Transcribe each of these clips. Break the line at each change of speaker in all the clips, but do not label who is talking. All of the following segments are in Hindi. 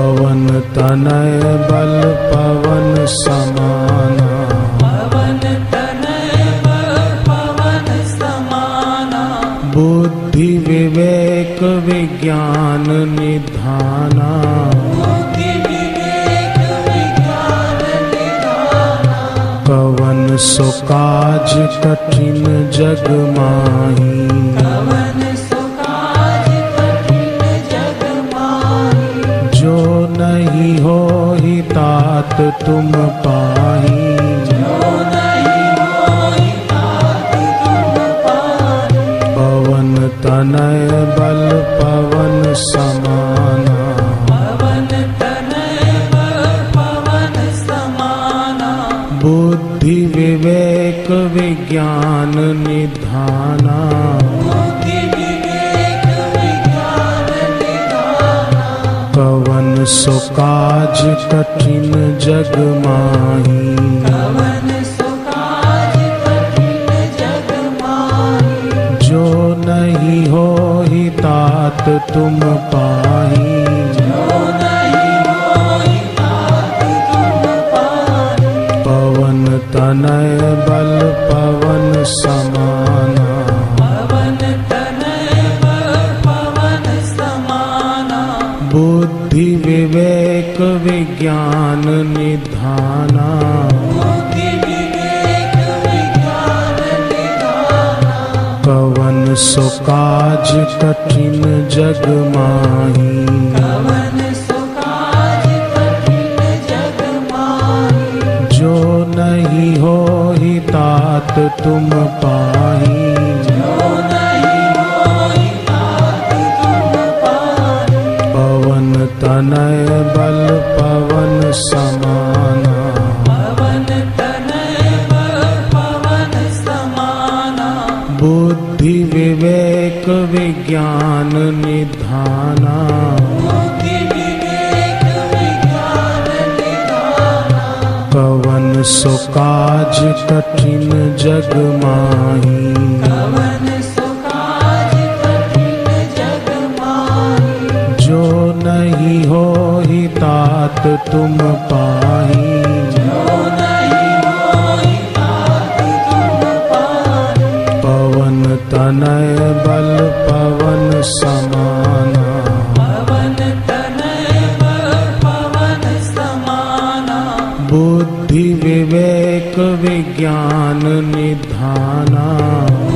पवन तनय बल पवन समाना
पवन तनय बल पवन समाना
बुद्धि विवेक विज्ञान निधाना
बुद्धि विवेक विज्ञान निधाना
पवन सुकाज कठिन जग माही
पवन सुकाज कठिन जग माही
जो नहीं हो ही तात तुम पाही
जो नहीं होई तात तुम पाही
पवन तनय बल पवन समाना
पवन तनय बल पवन समाना
बुद्धि विवेक विज्ञान निधाना
बुद्धि विवेक विज्ञान निधाना
पवन सुकाज कठिन जग माही
पवन सुकाज कठिन जग माही
जो नहीं हो ही तात तुम पाही
जो नहीं होई तात तुम पाही
पवन तनय बल पवन समाना
पवन तनय बल पवन समाना
बुद्धि विवेक विज्ञान निधाना
बुद्धि विवेक विज्ञान निधाना
पवन सुकाज कठिन जग माही
पवन सुकाज कठिन जग माही
जो नहीं हो ही तात तुम पाही
जो नहीं होई तात तुम पाही
पवन तनय बल पवन समाना
पवन तनय बल पवन समाना
बुद्धि विवेक विज्ञान निधाना
बुद्धि विवेक विज्ञान निधाना
पवन सुकाज कठिन जग माही
पवन सुकाज कठिन जग माही
जो नहीं हो ही तात तुम पाही
जो नहीं होई तात तुम पाही
पवन तनय बल पवन समाना
पवन तनय बल पवन समाना
बुद्धि विवेक विज्ञान निधाना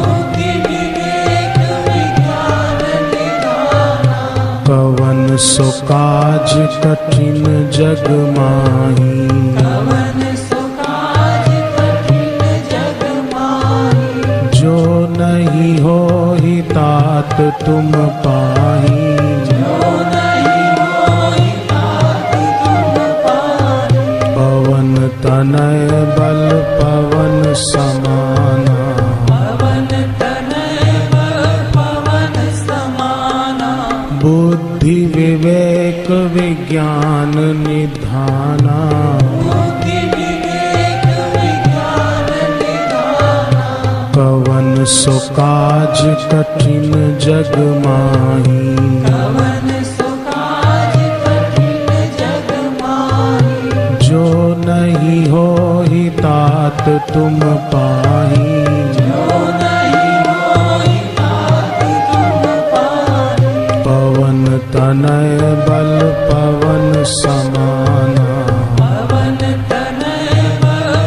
बुद्धि विवेक विज्ञान निधाना
पवन सुकाज कठिन जग माही
पवन सुकाज कठिन जग माही
जो नहीं हो ही तात तुम पाही
जो नहीं होई तात तुम पाही
पवन तनय बल पवन समाना
पवन तनय बल पवन समाना
बुद्धि विवेक विज्ञान निधाना
बुद्धि विवेक विज्ञान निधाना
पवन सुकाज कठिन जग माही
पवन सुकाज कठिन जग माही
जो नहीं हो ही तात तुम पाही
जो नहीं होई तात तुम पाही
पवन तनय बल पवन समाना
पवन तनय बल पवन समाना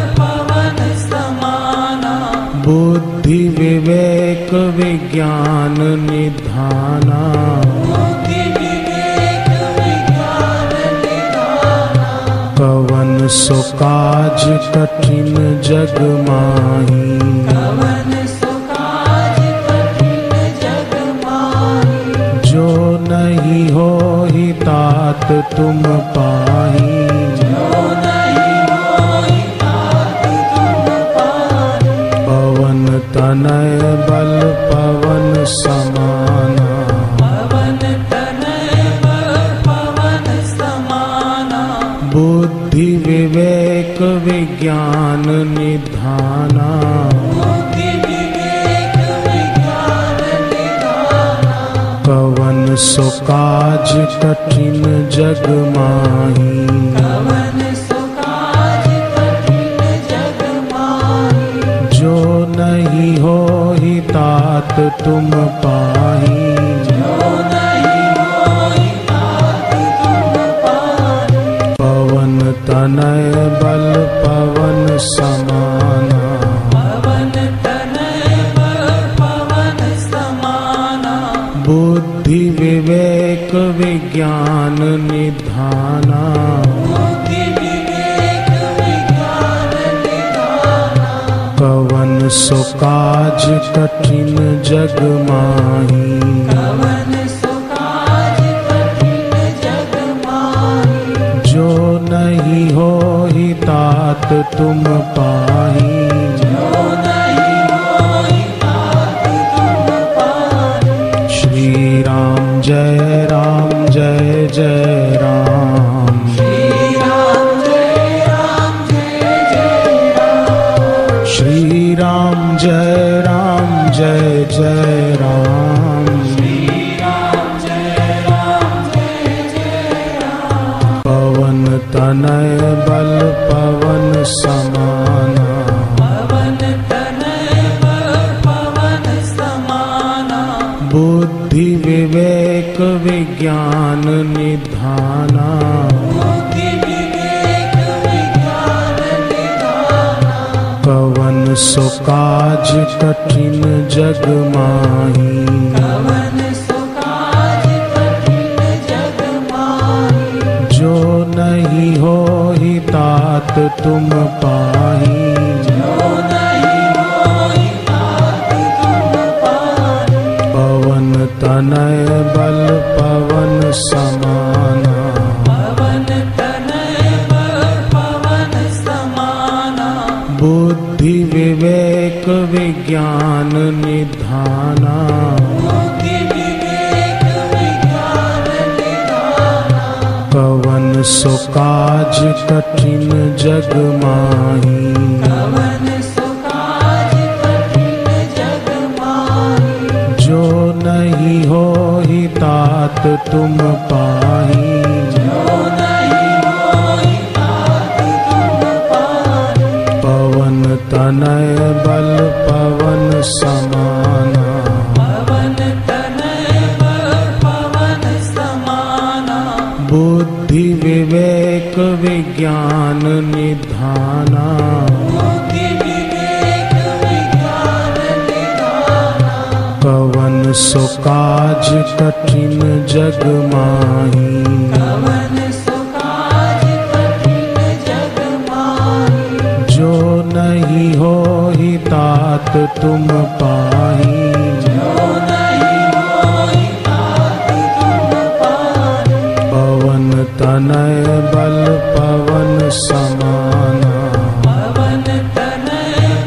बुद्धि विवेक विज्ञान निधाना
बुद्धि विवेक विज्ञान निधाना
पवन सुकाज कठिन जग माही
पवन सुकाज कठिन जग माही
जो नहीं हो ही तात तुम पाही
जो नहीं होई तात तुम पाही
पवन तनय बल पवन समाना
पवन तनय बल पवन समाना
बुद्धि विवेक विज्ञान निधाना
बुद्धि विवेक विज्ञान निधाना
पवन सुकाज काज कठिन जग माही
पवन सुकाज कठिन जग माही
जो नहीं हो ही तात तुम पाही
जो नहीं होई तात तुम पानी
पवन तनय बल पवन समाना
पवन तनय बल पवन समाना
बुद्धि विवेक विज्ञान निधाना
बुद्धि विवेक विज्ञान निधाना
पवन सुकाज कठिन जग माही
पवन सुकाज कठिन जग माही
जो नहीं हो ही तात तुम पाही
जो नहीं होई तात तुम पानी
श्री राम जय राम जय जय राम
श्री राम जय राम जय जय राम
श्री राम जय राम जय जय राम
श्री राम जय राम जय जय राम
पवन तनय बल पवन समाना
पवन तनय बल पवन समाना
बुद्धि विवेक विज्ञान निधाना
बुद्धि विवेक विज्ञान निधाना
पवन सुकाज कठिन जग माही
पवन सुकाज कठिन जग माही
जो नहीं हो ही तात तुम पाही
जो नहीं होई तात तुम पानी
पवन तनय बल पवन समाना
पवन तनय बल पवन समाना
बुद्धि विवेक विज्ञान निधाना
बुद्धि विवेक विज्ञान निधाना
पवन सुकाज कठिन जग माही
पवन सुकाज कठिन जग माही
जो नहीं हो ही तात तुम पाही
जो नहीं होई तात तुम पानी
पवन तनय बल पवन समाना
पवन तनय बल पवन समाना
बुद्धि विवेक विज्ञान निधाना
बुद्धि विवेक विज्ञान निधाना
पवन सुकाज कठिन जग माही
पवन सुकाज कठिन जग माही
जो नहीं हो ही तात तुम पाही
जो नहीं होई तात तुम पानी
पवन तनय बल पवन समाना
पवन तनय बल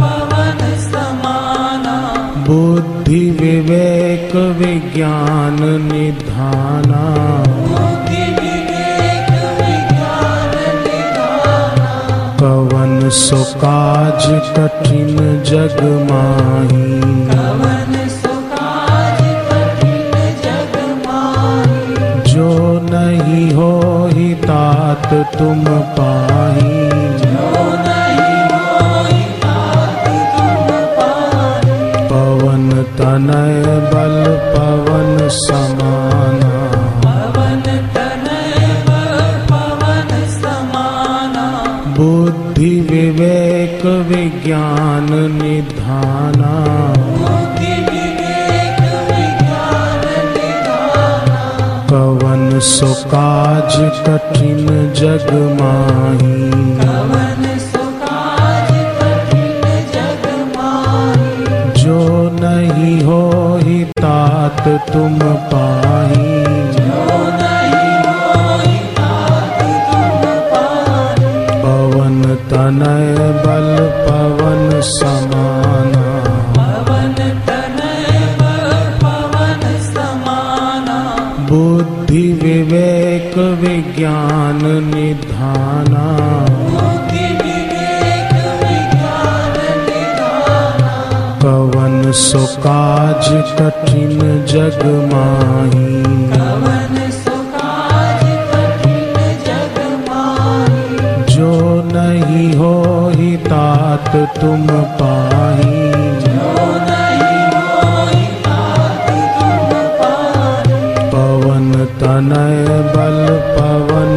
पवन समाना
बुद्धि विवेक विज्ञान निधाना
बुद्धि विवेक विज्ञान निधाना
पवन सुकाज कठिन जग माही
पवन सुकाज कठिन जग माही
जो नहीं हो ही तात तुम पाही
जो नहीं होई तात तुम पानी
पवन तनय बल पवन समाना
पवन तनय बल पवन समाना
बुद्धि विवेक विज्ञान निधाना
बुद्धि विवेक विज्ञान निधाना
पवन सुकाज कठिन जग माही
पवन सुकाज कठिन जग माही
जो नहीं हो ही तात तुम पाही
जो नहीं होई तात तुम पानी
पवन तनय बल पवन समाना
पवन तनय बल पवन समाना
बुद्धि विवेक विज्ञान निधाना
बुद्धि विवेक विज्ञान निधाना
पवन सो काज कठिन जग माही
पवन सुकाज कठिन जग माही
जो नहीं हो ही तात तुम पाही
जो नहीं होई तात तुम पाही
पवन तनय बल पवन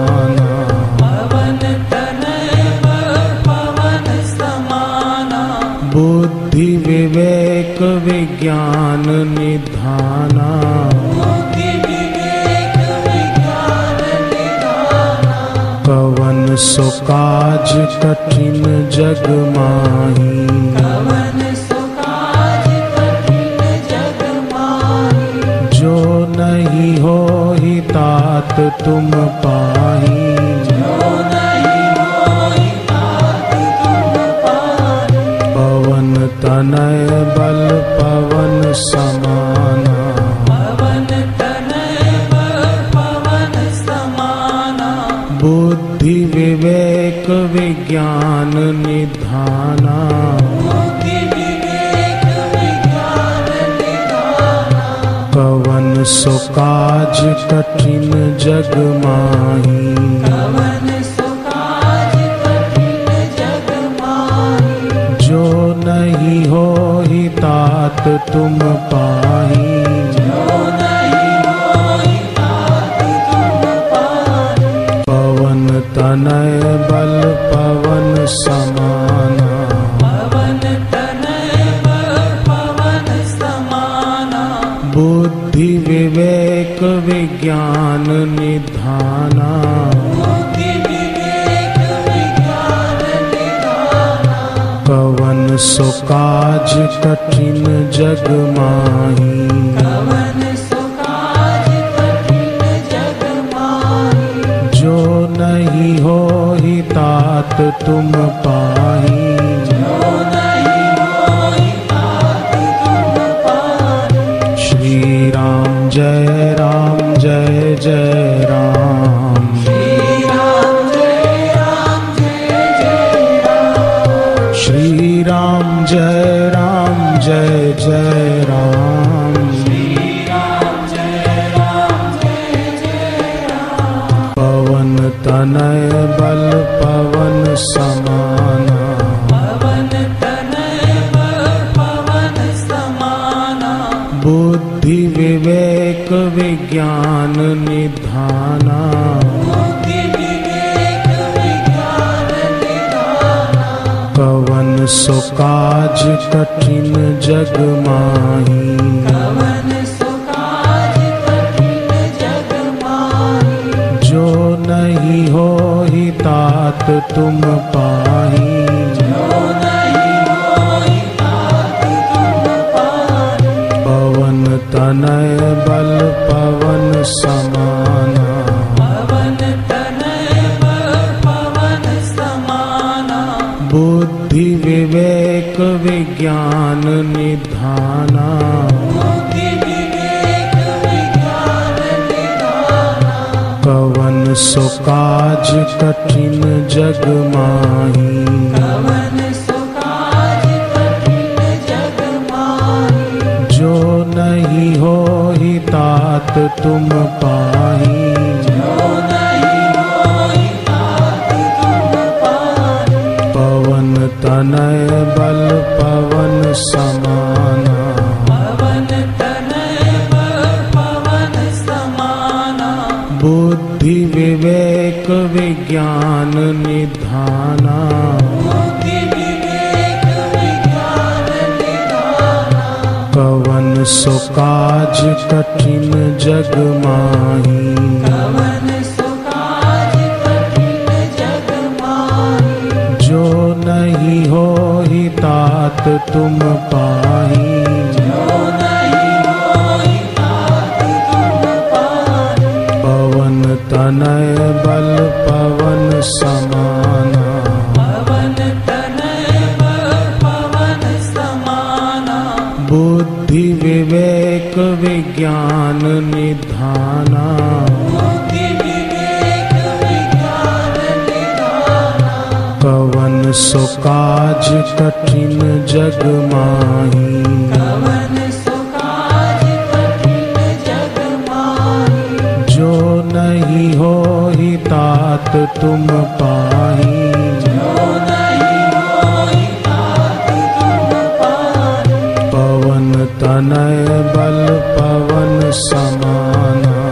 समाना
पवन तनय बल पवन समाना
बुद्धि विवेक विज्ञान निधाना
बुद्धि विवेक विज्ञान निधाना
पवन सो काज कठिन जग माही
पवन सुकाज कठिन जग माही
जो नहीं हो ही तात तुम पाही
जो नहीं होई तात तुम पाही
पवन तनय बल पवन समाना
पवन तनय बल पवन समाना
बुद्धि विवेक विज्ञान निधाना
बुद्धि विवेक विज्ञान निधाना
पवन सो काज कठिन जग माही
पवन सुकाज कठिन जग माही
जो नहीं हो ही तात तुम पाही
जो नहीं होई तात तुम पाही
पवन तनय बल पवन समाना
पवन तनय बल पवन समाना
बुद्धि विवेक विज्ञान निधाना
बुद्धि विवेक विज्ञान निधाना
पवन सो काज कठिन जग माही
पवन सुकाज कठिन जग माही
जो नहीं हो ही तात तुम पाही
जो नहीं होई तात तुम पाही
श्री राम जय राम जय जय राम
श्री राम जय राम जय जय राम
श्री राम जय राम जय जय राम
श्री राम जय राम जय जय राम
पवन तनय बल पवन समाना
पवन तनय बल पवन समाना
बुद्धि विवेक विज्ञान निधाना
बुद्धि विवेक विज्ञान निधाना
पवन सो काज कठिन जग माही
पवन सुकाज कठिन जग माही
जो नहीं हो ही तात तुम पाही
जो नहीं होई तात तुम पाही
पवन तनय बल पवन समाना
पवन तनय बल पवन समाना
बुद्धि विवेक विज्ञान निधाना
बुद्धि विवेक विज्ञान निधाना
पवन सो काज कठिन जग माही
पवन सुकाज कठिन जग माही
जो नहीं हो ही तात तुम पाही
जो नहीं होई तात तुम पाही
पवन तनय बल पवन समाना
पवन तनय बल पवन समाना
बुद्धि विवेक विज्ञान निधाना
बुद्धि विवेक विज्ञान निधाना
पवन सो काज कठिन जग माही
पवन सुकाज कठिन जग माही
जो नहीं हो ही तात तुम पाही
जो नहीं होई तात तुम पाही
पवन तनय बल पवन समाना
पवन तनय बल पवन समाना
बुद्धि विवेक विज्ञान निधाना
बुद्धि विवेक विज्ञान निधाना
पवन सो सो काज कठिन जग माही
कवन सुकाज कठिन जग माही
जो नहीं हो ही तात तुम पाही
जो नहीं होई तात तुम पाही
पवन तनय बल पवन समाना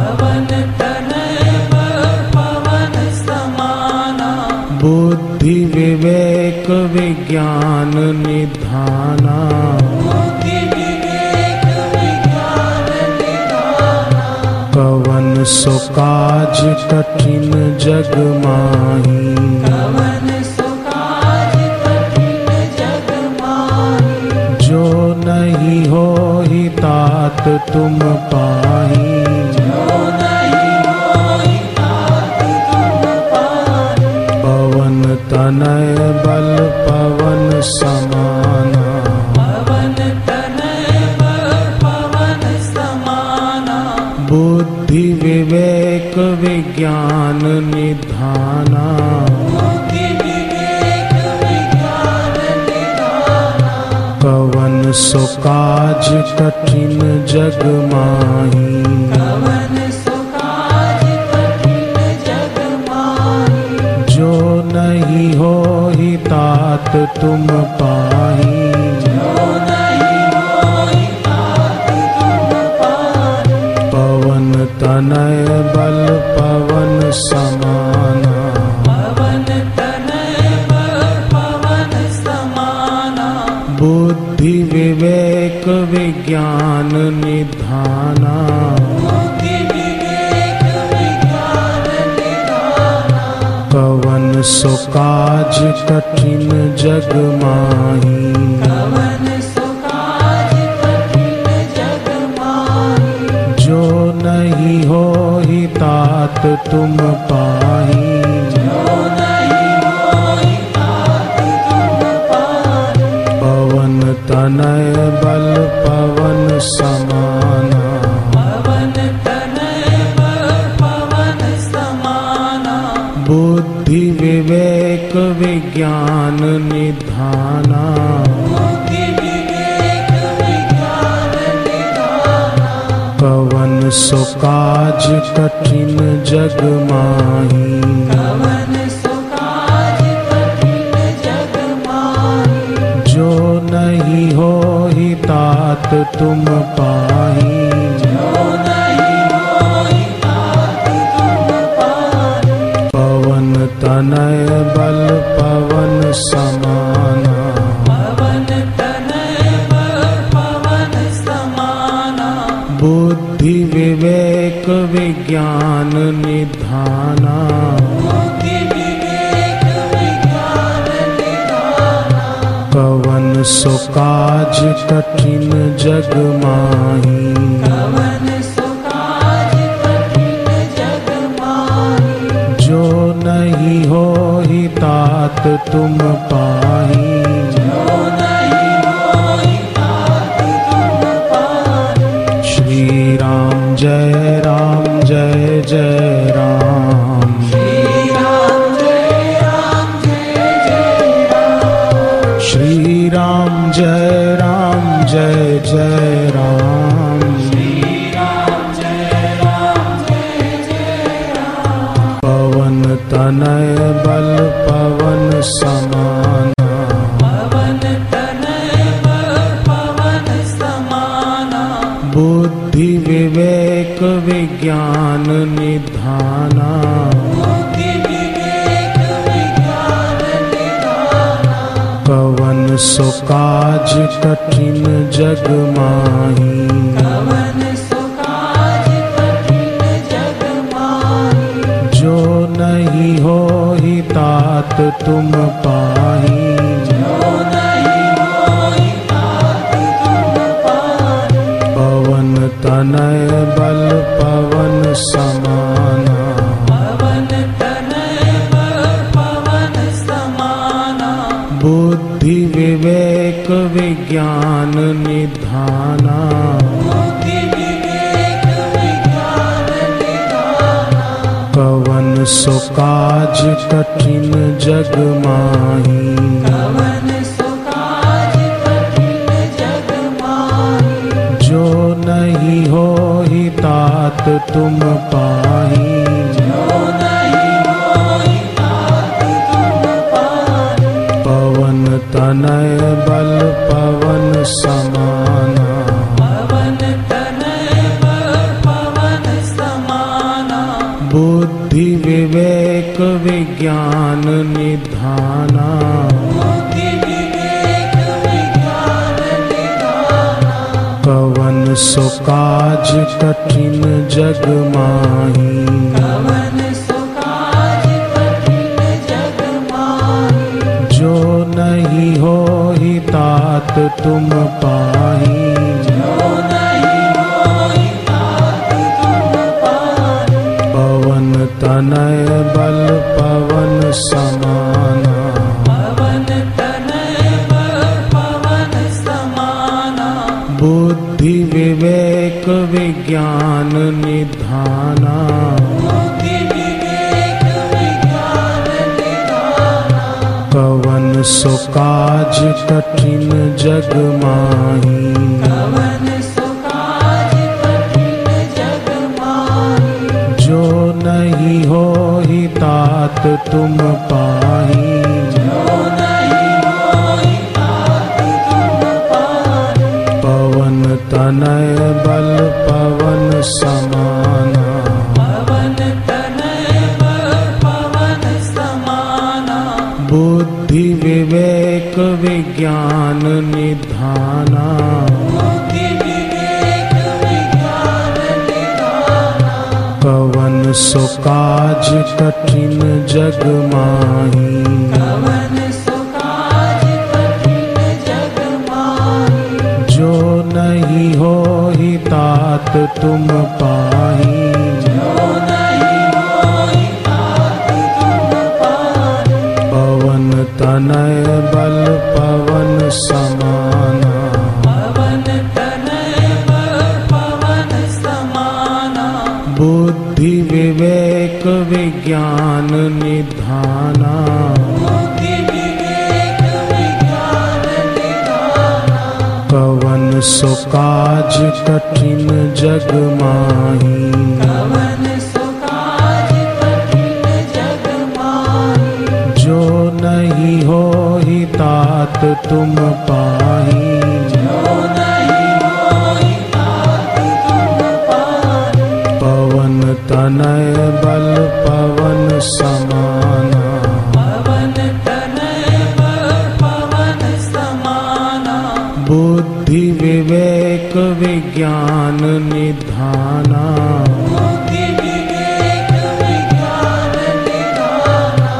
पवन तनय बल पवन समाना
बुद्धि विवेक विज्ञान निधाना
बुद्धि विवेक विज्ञान निधाना
पवन सुकाज कठिन जग माही
कवन सुकाज कठिन जग माही
जो नहीं हो ही तात तुम पाही
जो नहीं होई तात तुम पाही
पवन तनय बल पवन समाना
पवन तनय बल पवन समाना
बुद्धि विवेक विज्ञान निधाना
बुद्धि विवेक विज्ञान निधाना
पवन सुकाज कठिन जग माही
कवन सुकाज कठिन जग माही
जो नहीं हो ही तात तुम पाही
जो नहीं होई तात तुम पाही
पवन तनय बल पवन समाना
पवन तनय बल पवन समाना
बुद्धि विवेक विज्ञान निधाना
बुद्धि विवेक विज्ञान निधाना
पवन सुकाज कठिन जग माही
कवन सुकाज कठिन जग माही
जो नहीं हो ही तात तुम पाही
जो नहीं होई तात तुम पाही
पवन तनय बल पवन समाना
पवन तनय बल पवन समाना
बुद्धि विवेक विज्ञान निधाना
बुद्धि विवेक विज्ञान निधाना
पवन सुकाज कठिन जग माही
कवन सुकाज कठिन जग माही
जो नहीं हो ही तात तुम पाही
जो नहीं होई तात तुम पाही
पवन तनय बल पवन समाना
पवन तनय बल पवन समाना
बुद्धि विवेक विज्ञान निधाना
बुद्धि विवेक विज्ञान निधाना
पवन सुकाज कठिन जग माही
कवन सुकाज कठिन जग माही
जो नहीं हो ही तात तुम पाही
जो नहीं होई तात तुम पाही
श्री राम जय राम जय जय राम
श्री राम जय राम जय जय राम
श्री राम जय राम जय जय राम
श्री राम जय राम जय जय राम
पवन तनय बल पवन समाना
पवन तनय बल पवन समाना
बुद्धि विवेक विज्ञान निधाना
बुद्धि विवेक विज्ञान निधाना
पवन सुकाज कठिन जग माही
कवन सुकाज कठिन जग माही
जो नहीं हो ही तात तुम पाही
जो नहीं होई तात तुम पाही
पवन तनय बल पवन समाना
पवन तनय बल पवन समाना
बुद्धि विवेक विज्ञान निधाना
बुद्धि विवेक विज्ञान निधाना
पवन सो काज कठिन जग माही
पवन सुकाज कठिन जग माही
जो नहीं हो ही तात तुम पाही
जो नहीं होई तात तुम पाही
पवन तनय बल पवन समाना
पवन तनय बल पवन समाना
बुद्धि विवेक विज्ञान निधाना
बुद्धि विवेक विज्ञान निधाना
पवन सुकाज कठिन जग माही
पवन सुकाज कठिन जग माही
जो नहीं हो ही तात तुम पाही
जो नहीं होई तात तुम पाही
पवन तनय बल पवन समाना
पवन तनय बल पवन समाना
बुद्धि विवेक विज्ञान निधाना
बुद्धि विवेक विज्ञान निधाना
पवन सुकाज कठिन जग माही
पवन सुकाज कठिन जग माही
जो नहीं हो ही तात तुम पाही
जो नहीं होई तात तुम पाही
पवन तनय बल पवन समाना
पवन तनय बल पवन समाना
बुद्धि विवेक विज्ञान निधाना
बुद्धि विवेक विज्ञान निधाना
पवन सुकाज कठिन जग माही
पवन सुकाज कठिन जग माही
जो नहीं हो ही तात तुम पाही
जो नहीं होई तात तुम पाही
पवन तनय बल पवन समाना
पवन तनय बल पवन समाना
बुद्धि विवेक विज्ञान निधाना
बुद्धि विवेक विज्ञान निधाना
पवन सुकाज कठिन जग माही
पवन सुकाज कठिन जग माही
जो नहीं हो ही तात तुम पाही
जो नहीं होई तात तुम पाही
पवन तनय बल पवन समाना
पवन तनय बल पवन समाना
बुद्धि विवेक विज्ञान निधाना
बुद्धि विवेक विज्ञान निधाना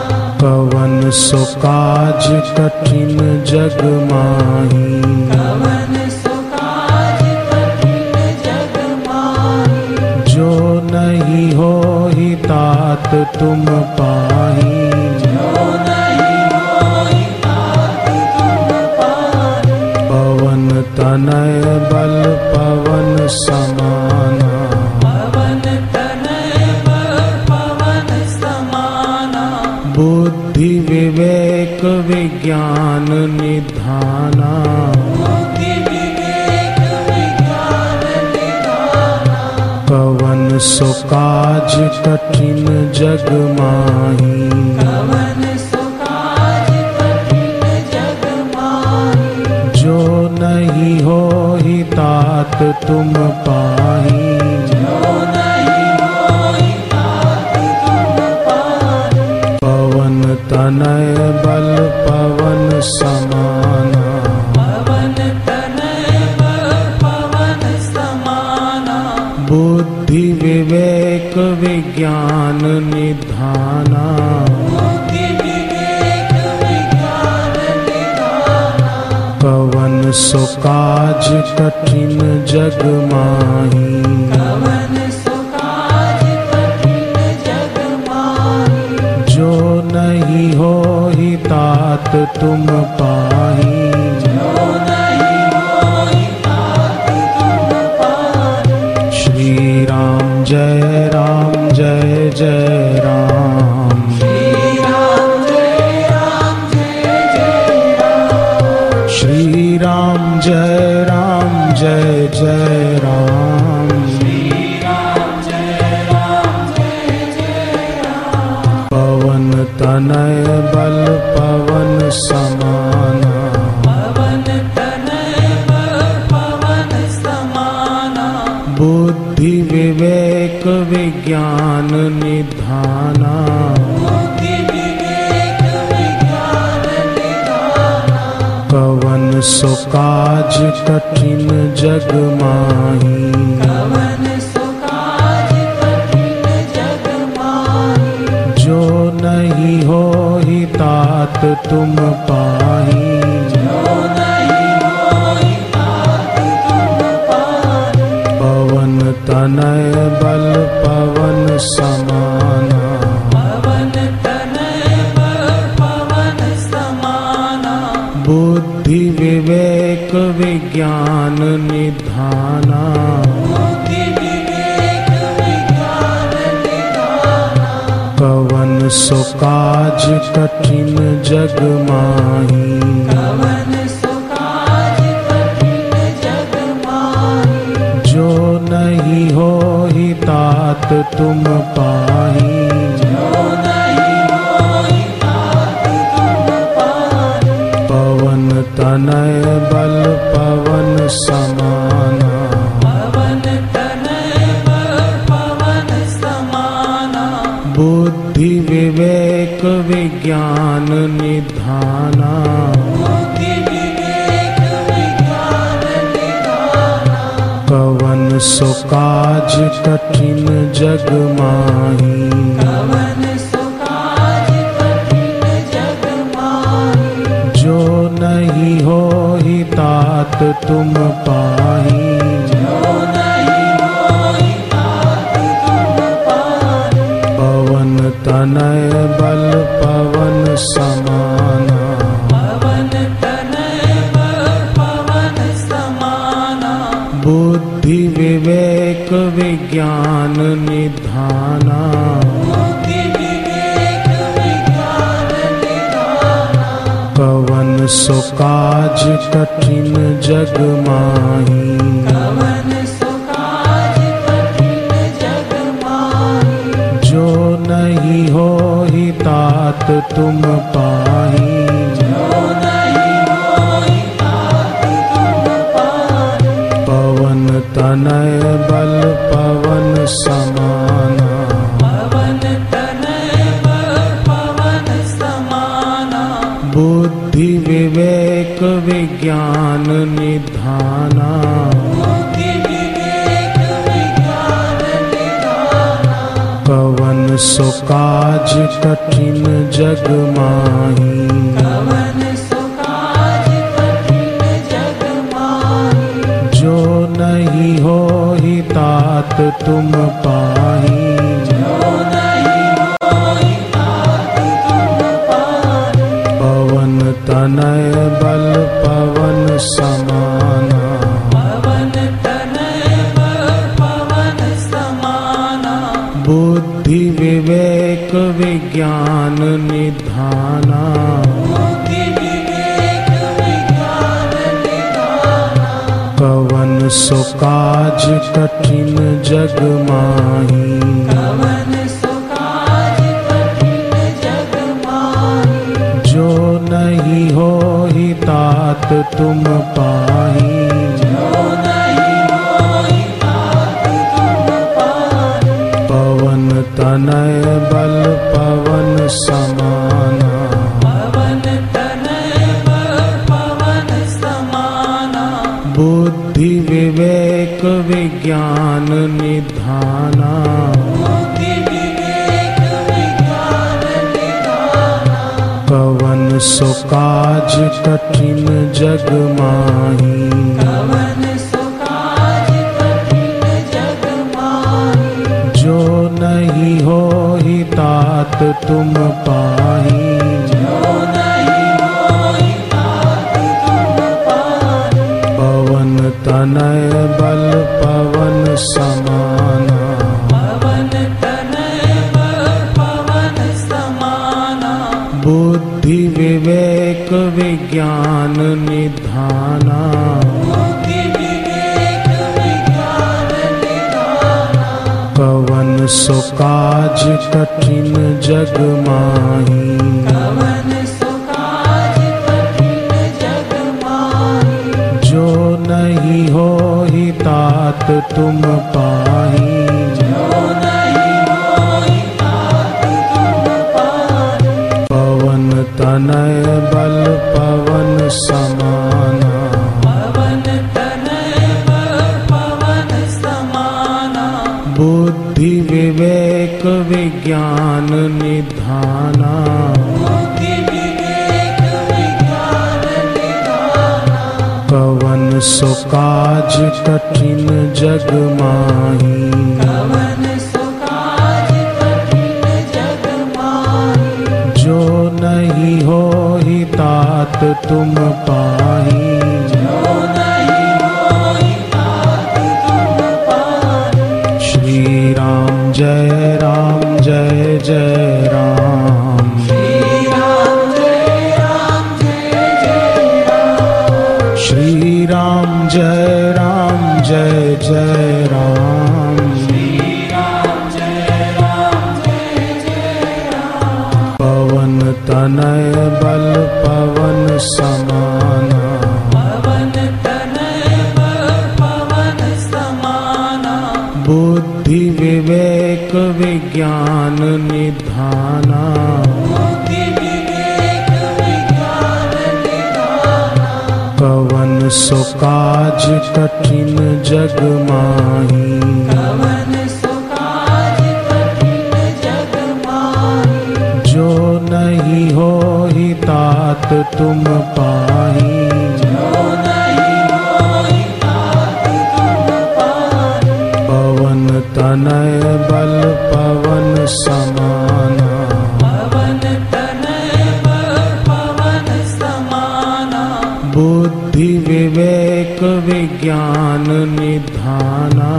पवन सुकाज कठिन जग माही
पवन सुकाज कठिन जग माही
जो नहीं हो ही तात तुम पाही
जो नहीं होई तात तुम पाही
पवन तनय बल पवन समाना
पवन तनय बल पवन समाना
बुद्धि विवेक विज्ञान निधाना
बुद्धि विवेक विज्ञान निधाना
पवन सुकाज कठिन जग माही
पवन सुकाज कठिन जग माही
जो नहीं हो ही तात तुम पाही
जो नहीं होई तात तुम पाही
पवन तनय बल पवन समाना
पवन तनय बल पवन समाना
बुद्धि विवेक विज्ञान निधाना
बुद्धि विवेक विज्ञान निधाना
पवन सुकाज कठिन जग माही
पवन सुकाज कठिन जग माही
जो नहीं हो ही तात तुम पाही
जो नहीं होई तात तुम पाही
श्री राम जय राम जय जय राम तनय बल पवन समाना
पवन तनय बल पवन समाना
बुद्धि विवेक विज्ञान निधाना
बुद्धि विवेक विज्ञान निधाना
पवन सुकाज कठिन जग माही
पवन सुकाज कठिन जग माही
जो नहीं हो ही तात तुम पाही
जो नहीं होई तात तुम पाही
पवन तनय बल पवन समाना
पवन तनय बल पवन समाना
बुद्धि विवेक विज्ञान निधाना
बुद्धि विवेक विज्ञान निधाना
पवन सुकाज कठिन जग माही
पवन सुकाज कठिन जग माही
जो नहीं हो ही तात तुम पाही
जो नहीं होई तात तुम पाही
पवन तनय बल पवन समाना
पवन तनय बल पवन समाना
बुद्धि विवेक विज्ञान निधाना
बुद्धि विवेक विज्ञान निधाना
पवन सुकाज कठिन जग माही
पवन सुकाज कठिन जग माही
जो नहीं हो ही तात तुम पाही
जो नहीं होई तात तुम पाही
पवन तनय बल पवन समाना
पवन तनय बल पवन समाना
बुद्धि विवेक विज्ञान निधाना
बुद्धि विवेक विज्ञान निधाना
पवन सुकाज कठिन जग माही
पवन सुकाज कठिन जग माही
जो नहीं हो ही तात तुम पाही
जो नहीं होई तात तुम पाही
पवन तनय बल पवन समाना
पवन तनय बल पवन समाना
बुद्धि विवेक विज्ञान निधाना
बुद्धि विवेक विज्ञान निधाना
पवन सुकाज कठिन जग माही
पवन सुकाज कठिन जग माही
जो नहीं हो ही तात तुम पाही
जो नहीं होई तात तुम पाही
पवन तनय बल पवन समाना
पवन तनय बल पवन समाना
बुद्धि विवेक विज्ञान निधाना
बुद्धि विवेक विज्ञान निधाना
पवन सुकाज कठिन जग माही
पवन सुकाज कठिन जग माही
जो नहीं हो ही तात तुम पाही
जो नहीं होई तात तुम पाही
पवन तनय बल पवन समाना
पवन तनय बल पवन समाना
बुद्धि विवेक विज्ञान निधाना
बुद्धि विवेक विज्ञान निधाना
पवन सुकाज कठिन जग माही
पवन सुकाज कठिन जग माही
जो नहीं हो ही तात तुम पाही
जो नहीं होई तात तुम पाही
पवन तनय बल पवन समाना
पवन तनय बल पवन समाना
बुद्धि विवेक विज्ञान निधाना
बुद्धि विवेक विज्ञान निधाना
पवन सो काज कठिन जग माही
पवन सुकाज कठिन जग माही
जो नहीं हो ही तात तुम पाही
जो नहीं होई तात तुम पाही
पवन तनय बल पवन समाना
पवन तनय बल पवन समाना
बुद्धि विवेक विज्ञान निधाना
बुद्धि विवेक विज्ञान निधाना
पवन सो काज कठिन जग माही
पवन सुकाज कठिन जग माही
जो नहीं हो ही तात तुम पाही
जो नहीं होई तात तुम पाही
श्री राम जय राम जय जय राम
श्री राम जय राम जय जय राम
श्री राम जय राम जय जय राम
श्री राम जय राम जय जय राम
पवन तनय बल पवन समाना
पवन तनय बल पवन समाना
बुद्धि विवेक विज्ञान निधाना
बुद्धि विवेक विज्ञान निधाना
पवन सो काज कठिन जग माही
पवन सुकाज कठिन जग माही
जो नहीं हो ही तात तुम पाही
जो नहीं होई तात तुम पाही
पवन तनय बल पवन समाना
पवन तनय बल पवन समाना
बुद्धि विवेक विज्ञान निधाना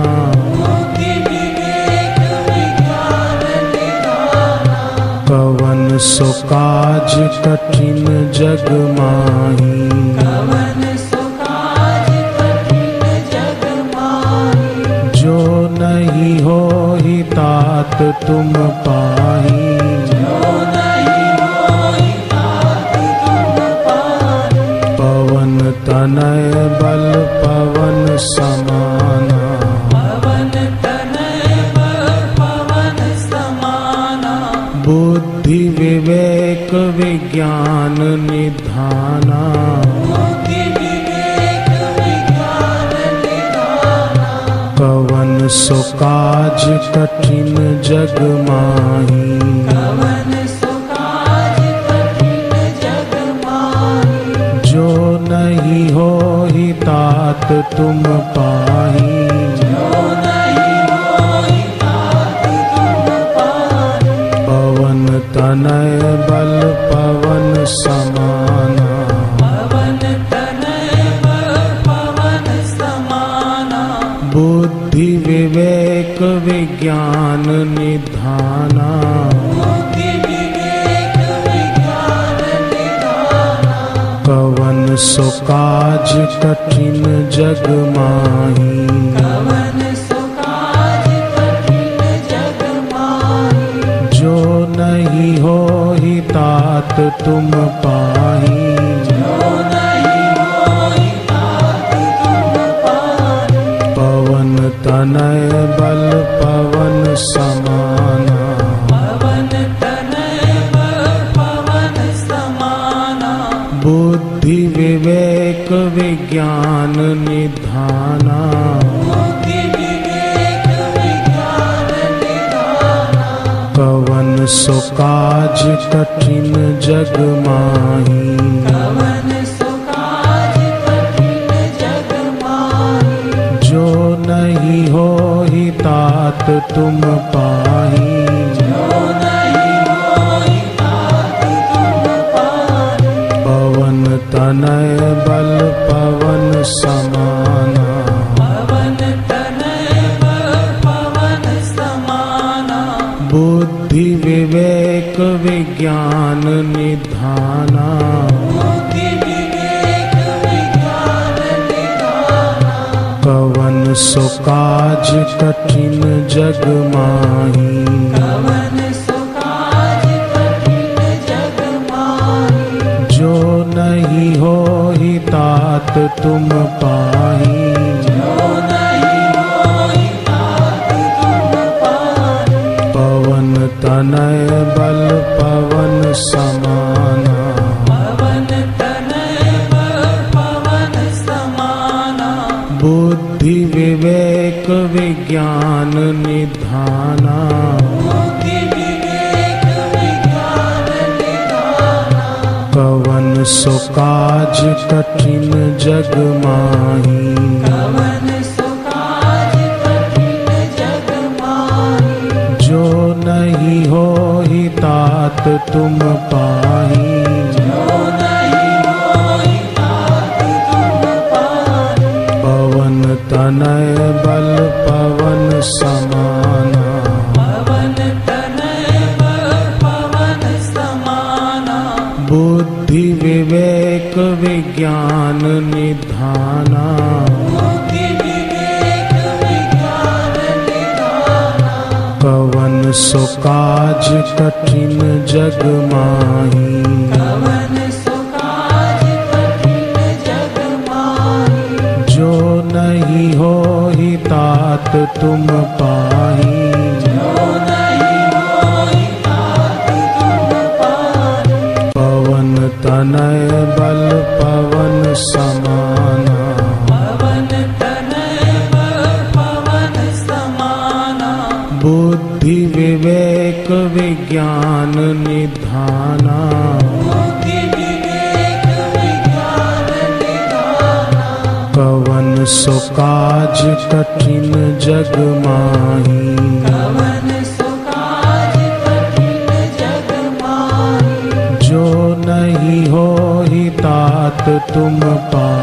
बुद्धि विवेक विज्ञान निधाना
पवन सो काज कठिन जग माही
पवन सुकाज कठिन जग माही
जो नहीं हो ही तात तुम पाही
जो नहीं होई तात तुम पाही
पवन तनय बल पवन समाना
पवन तनय बल पवन समाना
बुद्धि विवेक विज्ञान निधाना
बुद्धि विवेक विज्ञान निधाना
पवन सो काज कठिन जग माही
पवन सुकाज कठिन जग माही
जो नहीं हो ही तात तुम पाही
जो नहीं होई तात तुम पाही
पवन तनय बल पवन समाना
पवन तनय बल पवन समाना
बुद्धि विवेक विज्ञान निधाना
बुद्धि विवेक विज्ञान निधाना
पवन सो काज कठिन जग माही
पवन सुकाज कठिन जग माही
जो नहीं हो ही तात तुम पाही
जो नहीं होई तात तुम पाही
पवन तनय बल पवन समाना
पवन तनय बल पवन समाना
बुद्धि विवेक विज्ञान निधाना
बुद्धि विवेक विज्ञान निधाना
पवन सो काज कठिन जग माही
पवन सुकाज कठिन जग माही
जो नहीं हो ही तात तुम पाही
जो नहीं होई तात तुम पाही
पवन तनय बल पवन समाना
पवन तनय बल पवन समाना
बुद्धि विवेक विज्ञान निधाना
बुद्धि विवेक विज्ञान निधाना
पवन सो काज कठिन जग माही
पवन सुकाज कठिन जग माही
जो नहीं हो ही तात तुम पाही
जो नहीं होई तात तुम पाही
पवन तनय बल पवन समाना
पवन तनय बल पवन समाना
बुद्धि विवेक विज्ञान निधाना
बुद्धि विवेक विज्ञान निधाना
पवन सुकाज कठिन जग माही
पवन सुकाज कठिन जग माही
जो नहीं हो ही तात तुम पाही
जो नहीं होई तात तुम पाही
पवन तनय बल पवन समाना
पवन तनय बल पवन समाना
बुद्धि विवेक विज्ञान निधाना
बुद्धि विवेक विज्ञान निधाना
पवन सुकाज कठिन जग माही
पवन सुकाज कठिन जग माही
जो नहीं हो ही तात तुम पाही
जो नहीं होई तात तुम पाही
पवन तनय बल पवन समाना
पवन तनय बल पवन समाना
बुद्धि विवेक विज्ञान निधाना
बुद्धि विवेक विज्ञान निधाना
पवन सुकाज कठिन जग माही
पवन सुकाज कठिन जग माही
जो नहीं हो ही तात तुम पाही